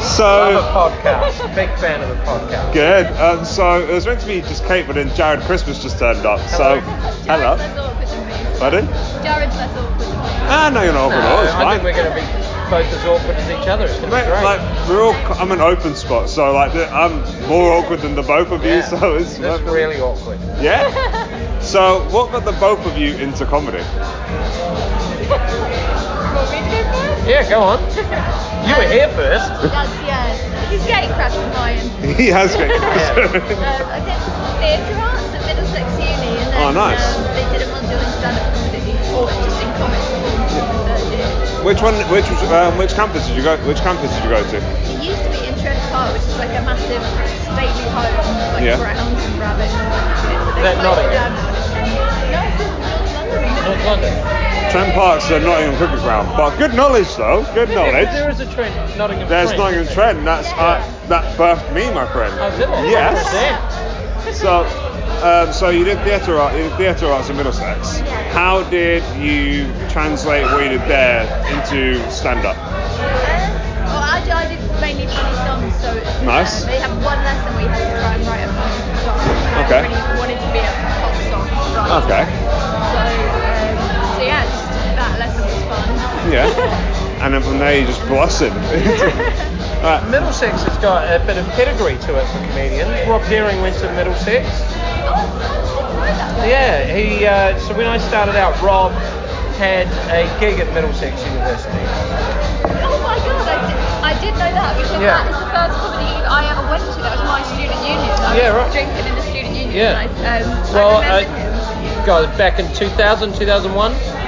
So Love a podcast. Big fan of the podcast. good. Um, so it was meant to be just Kate, but then Jared Christmas just turned up. So hello. Jared's less awkward than me. Pardon? Jared's less awkward than me. Ah, no, you're not. No, awkward at all, it's Uh, I think fine. we're going to be both as awkward as each other. It's going to be Mate, great. like we're all. I'm an open spot, so like the- I'm more awkward than the both of you. yeah. So it's That's really awkward. yeah. So what got the both of you into comedy? Want me to go first? Yeah, go on. You were here first. That's, yeah. He's gatecrashing Ryan. He has been. Um, I did theatre arts at Middlesex Uni and then Oh, nice. um, they did a module in stand-up comedy or just in comic form for the third year. which one? Which um, which campus did you go? Which campus did you go to? It used to be Interest Park, which is like a massive stately home, like Yeah. grounds and rabbits and all that shit. So Is that they Nottingham? closed it down. No, it's just North London. North London. Trent Park's the Nottingham Cricket Ground. But good knowledge though. Good There knowledge. is a trend. Nottingham There's trend, Nottingham isn't there? Trend. That's uh, that birthed me, my friend. Oh, did it? Yes. Yeah. So, um, so you did theatre art, you did theatre arts in Middlesex. How did you translate what you did there into stand-up? Uh, well, I, do- I did mainly funny songs, so it's- Nice. uh, they have one lesson where you have to try and write a funny song. And Okay. I really wanted to be a pop song writer. Okay. So, um, so yeah, just that lesson was fun. Yeah. And then from there you just blossomed. Alright. Middlesex has got a bit of pedigree to it for comedians. Rob Herring went to Middlesex. Yeah, he. Uh, so when I started out, Rob had a gig at Middlesex University. Oh my god, I did, I did know that because Yeah. that is the first comedy I ever went to. That was my student union. I Yeah, was right. drinking in the student union. Yeah. And I, um, Well, I, I remember him. God, back in 2000, 2001,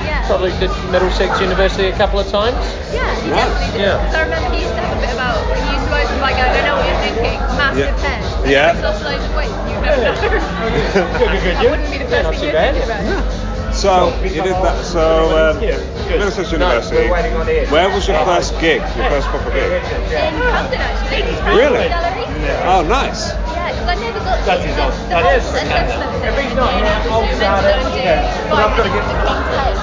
Yeah. probably did Middlesex University a couple of times. Yeah, he Right. definitely did. Yeah. Because I remember he used to have a bit about, he used to open by going, I know what you're thinking, massive Yeah. head. And Yeah. I've lost loads of weight, you never know. Good, good, good. That wouldn't be the Yeah, not first thing too you're bad. thinking about. So you did that. So um, Middlesex University. we're waiting on air. Where was your Oh. first gig? Your first proper gig? In London, actually. Really? Gallery. Oh, nice. Yeah, because I never That's got to his the, old- the that whole is his assessment old- thing. if he's in not uni, an I was old meant to go guy, and do yeah. But I've five gotta minutes get- at King's Head.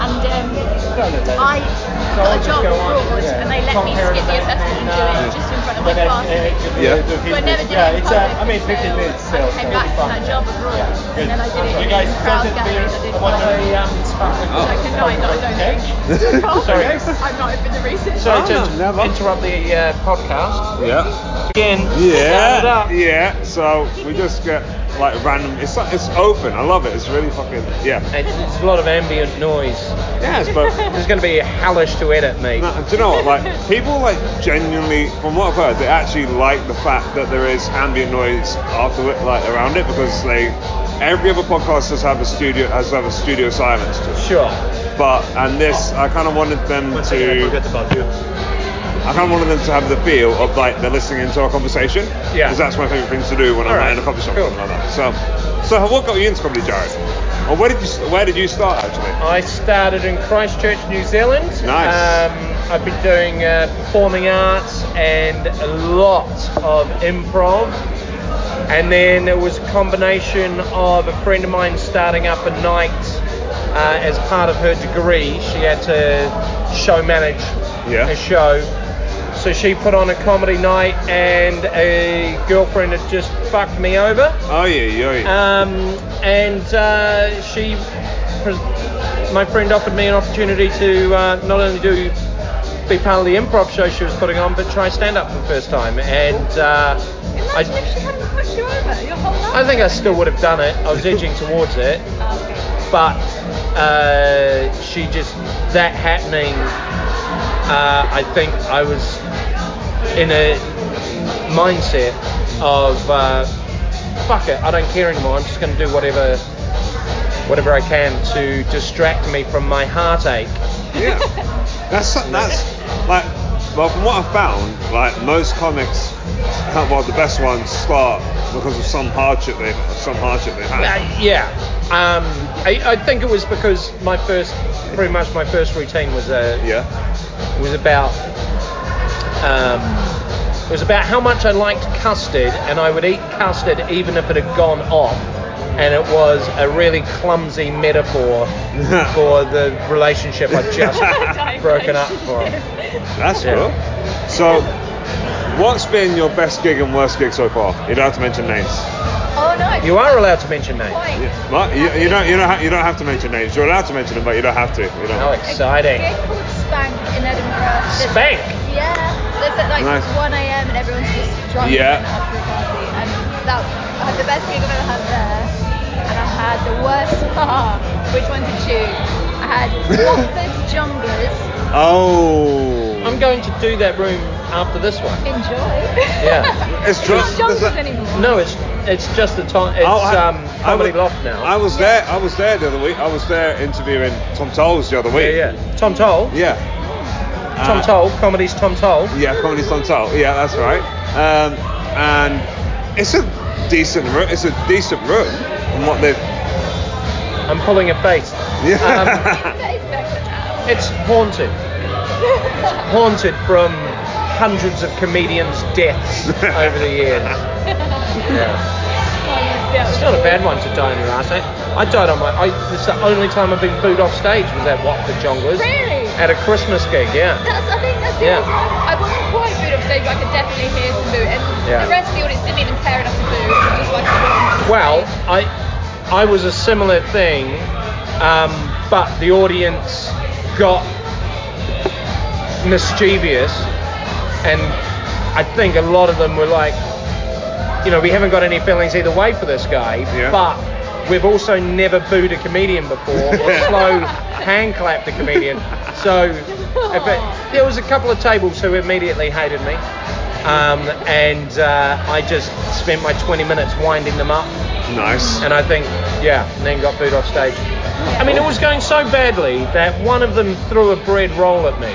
And um, I So got I'll a just job go on, abroad yeah. and they let me Compare skip the it back assessment and do and, it uh, just in front of my But that's, classmates. uh, Yeah. So I never did yeah, it in it's, public, uh, I mean, so 15 minutes still. I came back to that job abroad, and then I did it You in guys, crowd doesn't galleries. I feel- I did want one. a, um, Oh. I cannot, I don't know. Sorry. I'm not open to research. Sorry Oh, to no, never. interrupt the uh, podcast Yeah. again. Start it Yeah. up. Yeah. So we just get like random. It's like- it's open. I love it. It's really fucking yeah. It's, it's a lot of ambient noise. Yeah, it's both. This is going to be hellish to edit, mate. No, do you know what? Like people like genuinely, from what I've heard, they actually like the fact that there is ambient noise after it, like around it, because they every other podcast has have a studio has have a studio silence to it. Sure. But and this, I kind of wanted them to, I kind of wanted them to have the feel of like they're listening into a conversation. Yeah. Because that's my favorite thing to do when I'm All like, right, in a coffee shop cool. or something like that. So, so what got you into comedy, Jared? Or where did you where did you start actually? I started in Christchurch, New Zealand. Nice. Um, I've been doing uh, performing arts and a lot of improv. And then it was a combination of a friend of mine starting up a night uh, as part of her degree. She had to show manage Yeah. a show. So she put on a comedy night, and a girlfriend had just fucked me over. Oh yeah, yeah. yeah. Um, and uh, she, pres- my friend offered me an opportunity to uh, not only do be part of the improv show she was putting on, but try stand up for the first time. And uh, I, Imagine if she hadn't pushed you over your whole life. I think I still would have done it. I was edging towards it, but uh, she just that happening. Uh, I think I was in a mindset of uh, fuck it, I don't care anymore. I'm just going to do whatever, whatever I can to distract me from my heartache. Yeah, that's that's like. Well, from what I've found, like most comics, kind of, well, the best ones start because of some hardship they have some hardship they Uh, have. yeah. Um, I, I think it was because my first, pretty much my first routine was a Yeah. was about um, it was about how much I liked custard, and I would eat custard even if it had gone off, and it was a really clumsy metaphor for the relationship I'd just broken up for. That's Yeah. cool. So, What's been your best gig and worst gig so far? You don't have to mention names. Oh no. You are allowed to mention names. Wait. Yeah. What? You, you don't. You don't. Ha- you don't have to mention names. You're allowed to mention them, but you don't have to. You How know. exciting. A gig called Spank in Edinburgh. This- Spank? Yeah. That's at like Nice. 1 a.m. and everyone's just drunk Yeah. and after a party. And that I had the best gig I've ever had there. And I had the worst bar. Which one to choose? I had Watford Junglers. Oh. I'm going to do that room after this one. Enjoy. Yeah. It's drunk- Not Junglers there's a- anymore. No, it's it's just the time. It's um, comedy was, loft now. Oh, I was there. I was there the other week. I was there interviewing Tom Tolles the other week. yeah, yeah. Tom Toll. Yeah. Tom Uh, Toll. Comedy's Tom Toll. Yeah, Comedy Tom Toll. Yeah, that's right. Um, and it's a decent room. It's a decent room. And what they. I'm pulling a face. Yeah. Um, That is better now. It's haunted. Haunted from hundreds of comedians' deaths over the years. Yeah. Oh, yeah. It's not a bad one to die on your ass. eh? I died on my. I, it's the only time I've been booed off stage was at Watford Jonglers. Really? At a Christmas gig, yeah. That's, I think that's the Yeah. yeah. I wasn't quite booed off stage, but I could definitely hear some boo. And Yeah. the rest of the audience didn't even care enough to boo. It was Just like a Well, I I was a similar thing, um, but the audience got mischievous, and I think a lot of them were like, you know, we haven't got any feelings either way for this guy, Yeah. but we've also never booed a comedian before or slow hand clapped a comedian. So if it, there was a couple of tables who immediately hated me. Um, and uh, I just spent my 20 minutes winding them up, nice. and I think, yeah, and then got booed off stage. I mean, it was going so badly that one of them threw a bread roll at me,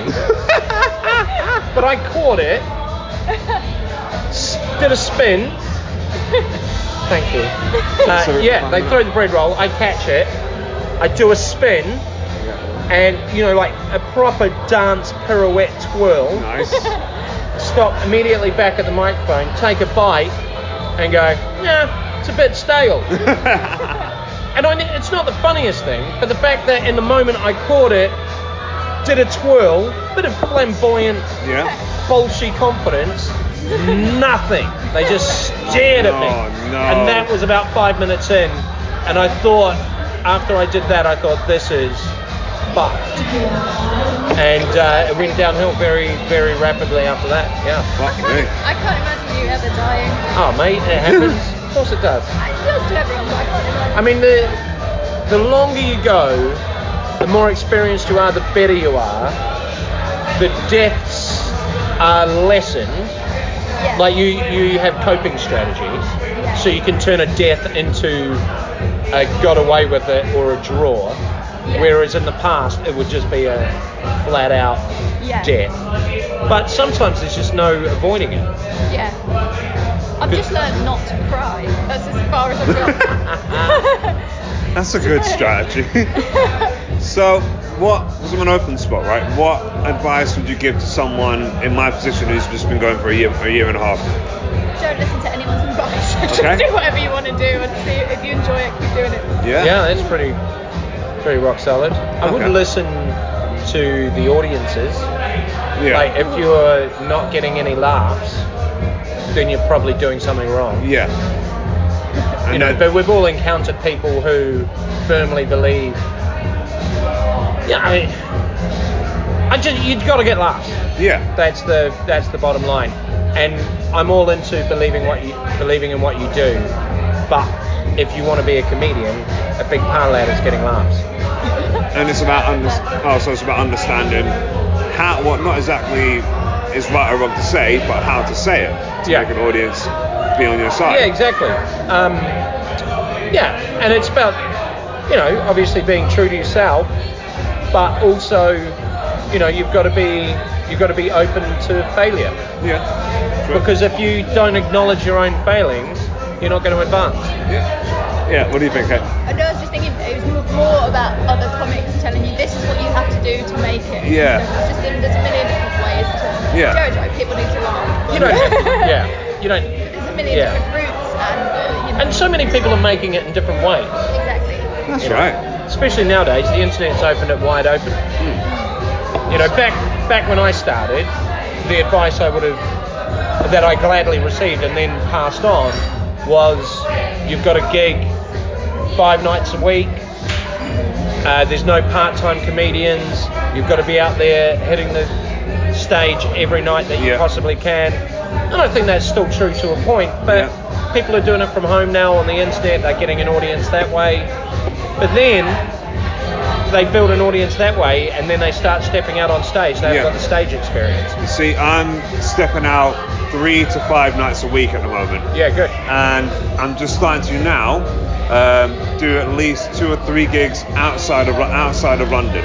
but I caught it, s- did a spin. Thank you. So Uh, yeah, they fun. throw the bread roll, I catch it, I do a spin, and you know, like a proper dance pirouette twirl. Nice. stop immediately back at the microphone, take a bite, and go, yeah, it's a bit stale. and I, it's not the funniest thing, but the fact that in the moment I caught it, did a twirl, bit of flamboyant, yeah. bolshy confidence, nothing. They just stared at me. Oh, no. And that was about five minutes in, and I thought, after I did that, I thought, this is fucked. And uh, it went downhill very, very rapidly after that, yeah. Fuck me. I can't imagine you ever dying. Oh, mate, it happens. of course it does. I still to everyone, but I can't imagine. I mean, the the longer you go, the more experienced you are, the better you are. The deaths are lessened. yeah. Like you, you have coping strategies, so you can turn a death into a got away with it or a draw. Whereas in the past, it would just be a flat out yeah. death. But sometimes there's just no avoiding it. Yeah. I've just learned not to cry. That's as far as I've gone. That's a good strategy. So, what was an open spot, right? What advice would you give to someone in my position who's just been going for a year, for a year and a half? Don't listen to anyone's advice. just Okay. do whatever you want to do and see if you enjoy it, keep doing it. Yeah. Yeah, that's pretty pretty rock solid. I would Okay. listen to the audiences. Yeah. Like if you're not getting any laughs, then you're probably doing something wrong. yeah. You And know, then- but we've all encountered people who firmly believe Yeah, I, I just you've got to get laughs. yeah. That's the that's the bottom line. And I'm all into believing what you believing in what you do. But if you want to be a comedian, a big part of that is getting laughs. And it's about under- oh, so it's about understanding how what not exactly is right or wrong to say, but how to say it to Yeah. make an audience be on your side. Yeah, exactly. Um, yeah, and it's about, you know, obviously being true to yourself, but also, you know, you've got to be you've got to be open to failure Yeah. True. because if you don't acknowledge your own failings, you're not going to advance. yeah. Yeah, What do you think? Kate? I know I was just thinking it was more about other comics telling you this is what you have to do to make it. Yeah. You know, it's just in, there's a million different ways to Yeah. do it, right? People need to laugh. You don't have to, yeah, you don't. There's a million Yeah. different routes and uh, you know And so many people are making it in different ways, exactly. That's You know. right. especially nowadays. The internet's opened it wide open. You know, back back when I started, the advice I would have that I gladly received and then passed on was you've got a gig five nights a week. Uh, there's no part-time comedians. You've got to be out there hitting the stage every night that you Yeah. possibly can. And I think that's still true to a point, but Yeah. people are doing it from home now on the internet. They're getting an audience that way. But then they build an audience that way, and then they start stepping out on stage. They've Yeah. got the stage experience. See, I'm stepping out three to five nights a week at the moment. Yeah, good. and I'm just starting to now um, do at least two or three gigs outside of outside of London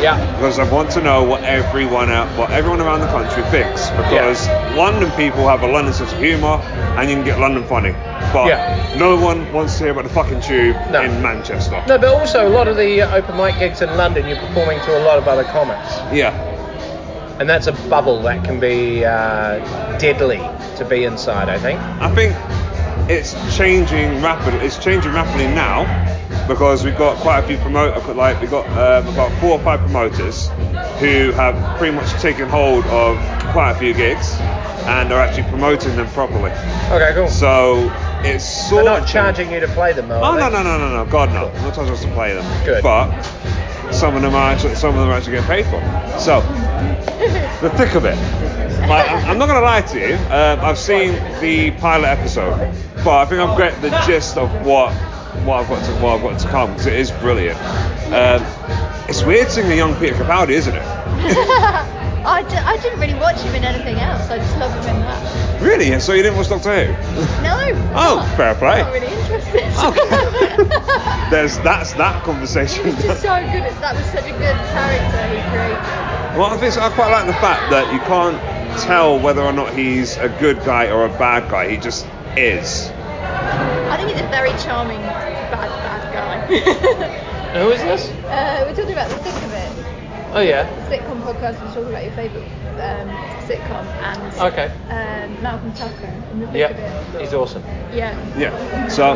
Yeah, because I want to know what everyone out, what everyone around the country thinks because London people have a London sense of humour and you can get London funny, but Yeah. no one wants to hear about the fucking tube No. in Manchester. no, but also a lot of the uh, open mic gigs in London, you're performing to a lot of other comics. Yeah, and that's a bubble that can be uh, deadly to be inside. I think. I think it's changing rapidly. It's changing rapidly now because we've got quite a few promoters. Like we've got um, about four or five promoters who have pretty much taken hold of quite a few gigs and are actually promoting them properly. Okay, cool. So So it's sort They're not of- charging you to play them, though. Oh are no they? no no no no God no! I'm not charging us to play them. Good. But some of them are actually some of them are actually getting paid for. So the thick of it. Like, I'm, I'm not gonna lie to you. Um, I've seen the pilot episode, but I think I've got the gist of what what I've got to what I've got to come because it is brilliant. Um, it's weird seeing the young Peter Capaldi, isn't it? I, d- I didn't really watch him in anything else. I just love him in that. Really? And so you didn't watch Doctor Who? No. Oh, not. fair play. I'm not really interested. Oh. Okay. There's that's that he conversation. was just so good. At, that was such a good character he created. Well, I think I quite like the fact that you can't tell whether or not he's a good guy or a bad guy. He just is. I think he's a very charming bad bad guy. Who is this? uh, we're talking about the thick of it. Oh yeah. The sitcom podcast. We're talking about your favourite um, sitcom and Okay. um, Malcolm Tucker in the thick of Yeah, he's awesome. it. Yeah. Yeah. So,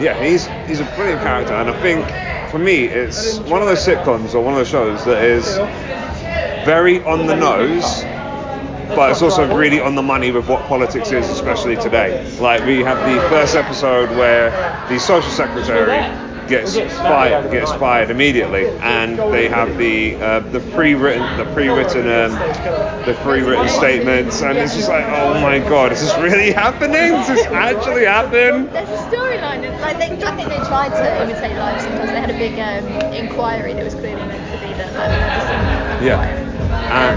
yeah, he's he's a brilliant character, and I think for me, it's one of those sitcoms or one of those shows that is very on the nose, but it's also really on the money with what politics is, especially today. Like we have the first episode where the social secretary gets fired, gets fired immediately, and they have the uh, the pre-written the pre-written um, the pre-written statements, and it's just like, oh my god, is this really happening? Does this actually happen? There's a storyline. It's Like they, I think they tried to imitate life sometimes. They had a big um, inquiry that was clearly meant to be that like never seen. Yeah. Um, And,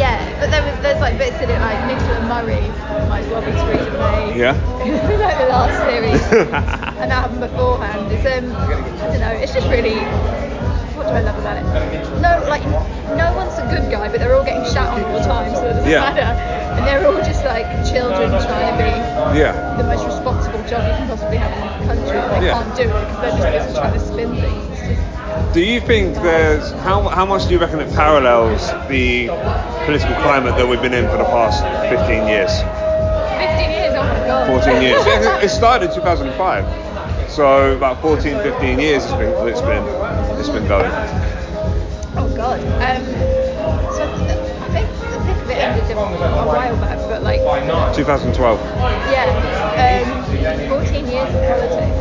yeah, but there was there's like bits in it like Nicola Murray might well be Theresa May. Yeah. like the last series yeah. and that happened beforehand. It's um I don't know, it's just really what do I love about it? No like no one's a good guy but they're all getting shot on all the time so it doesn't Yeah. matter. And they're all just like children trying to be yeah. the most responsible job you can possibly have in the country, but they Yeah. can't do it because they're just busy trying to spin things. It's just- Do you think there's how how much do you reckon it parallels the political climate that we've been in for the past 15 years, 15 years, oh my god. 14 years? It it started in 2005, so about 14, 15 years it's been it's been it's been going. oh god. Um, so I think the thick of it ended a a while back, but like, 2012. yeah, um, 14 years of politics.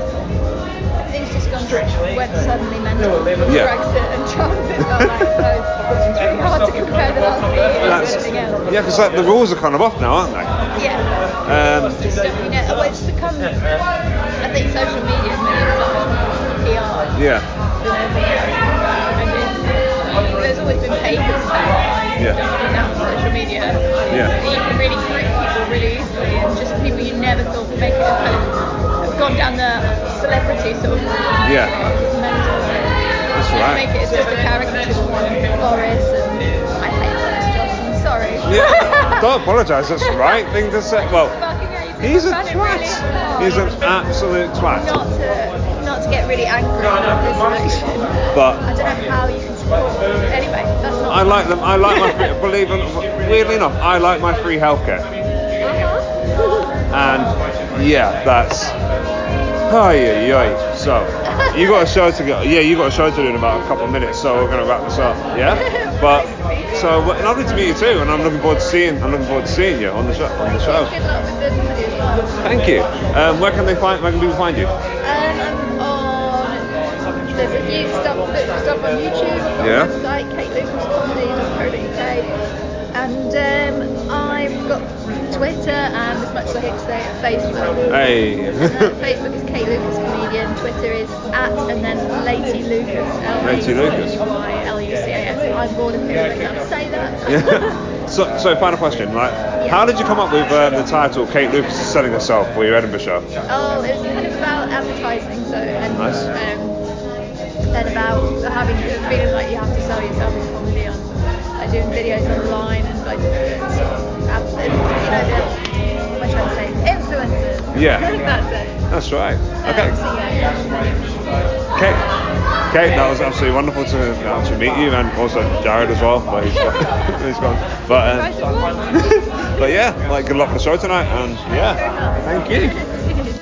Everything's just gone went suddenly mental. Yeah. Brexit and Trump, it felt like, so it's really hard to compare the last few years That's to anything else. yeah, because like the rules are kind of off now, aren't they? yeah. Um, just stuff we know. Well, oh, it's become, I think, social media has made it so much more PR yeah, than anything else. I mean, there's always been papers about Yeah. yeah. now on social media that yeah, you can really group people really easily, and just people you never thought would make it have kind of have gone down the celebrity sort of Yeah. mental. that's Just right. make it as just a caricature of Boris and I hate Boris Johnson. Sorry. Yeah, don't apologise. That's the right thing to say. Well, Fucking hell, you he's a found it really twat. hard. He's an absolute twat. not to not to get really angry about this election. But I don't know how you can support. Anyway, that's not. I like them. I like my free, believe it. Weirdly enough, I like my free healthcare. Uh-huh. And yeah, that's. Oh yeah, yeah. So you got a show to go. Yeah, you got a show to do in about a couple of minutes. So we're gonna wrap this up. Yeah. But so well, lovely to meet you too, and I'm looking forward to seeing I'm looking forward to seeing you on the show on the show. Good luck with the comedy as well. Thank you. Um, where can they find where can people find you? Um, I'm on there's a few stuff book stuff on YouTube. I've got Yeah. a website, katelucascomedy.co.uk, and um, I've got Twitter and as much as I hate to say it, Facebook. Hey. And that's Uh, Facebook is Kate Lucas Comedian, Twitter is at and then Lady Lucas. Lady Lucas. L-A-T-Y-L-U-C-A-S. I'm bored of hearing myself say that. Yeah. So, so final question, right? How did you come up with uh, the title "Kate Lucas is selling herself" for your Edinburgh show? Oh, it was kind of about advertising, so and Nice. um, then about having the feeling like you have to sell yourself in comedy on like doing videos online and like ads, and, you know the what am I trying to say influencers. Yeah. that's it. That's right. Okay, Um, so yeah. Kate. Kate, that was absolutely wonderful to, uh, to meet you, and also Jared as well. But he's, he's gone. But um, Guys, what? but yeah, like good luck for the show tonight, and yeah, thank you. Thank you.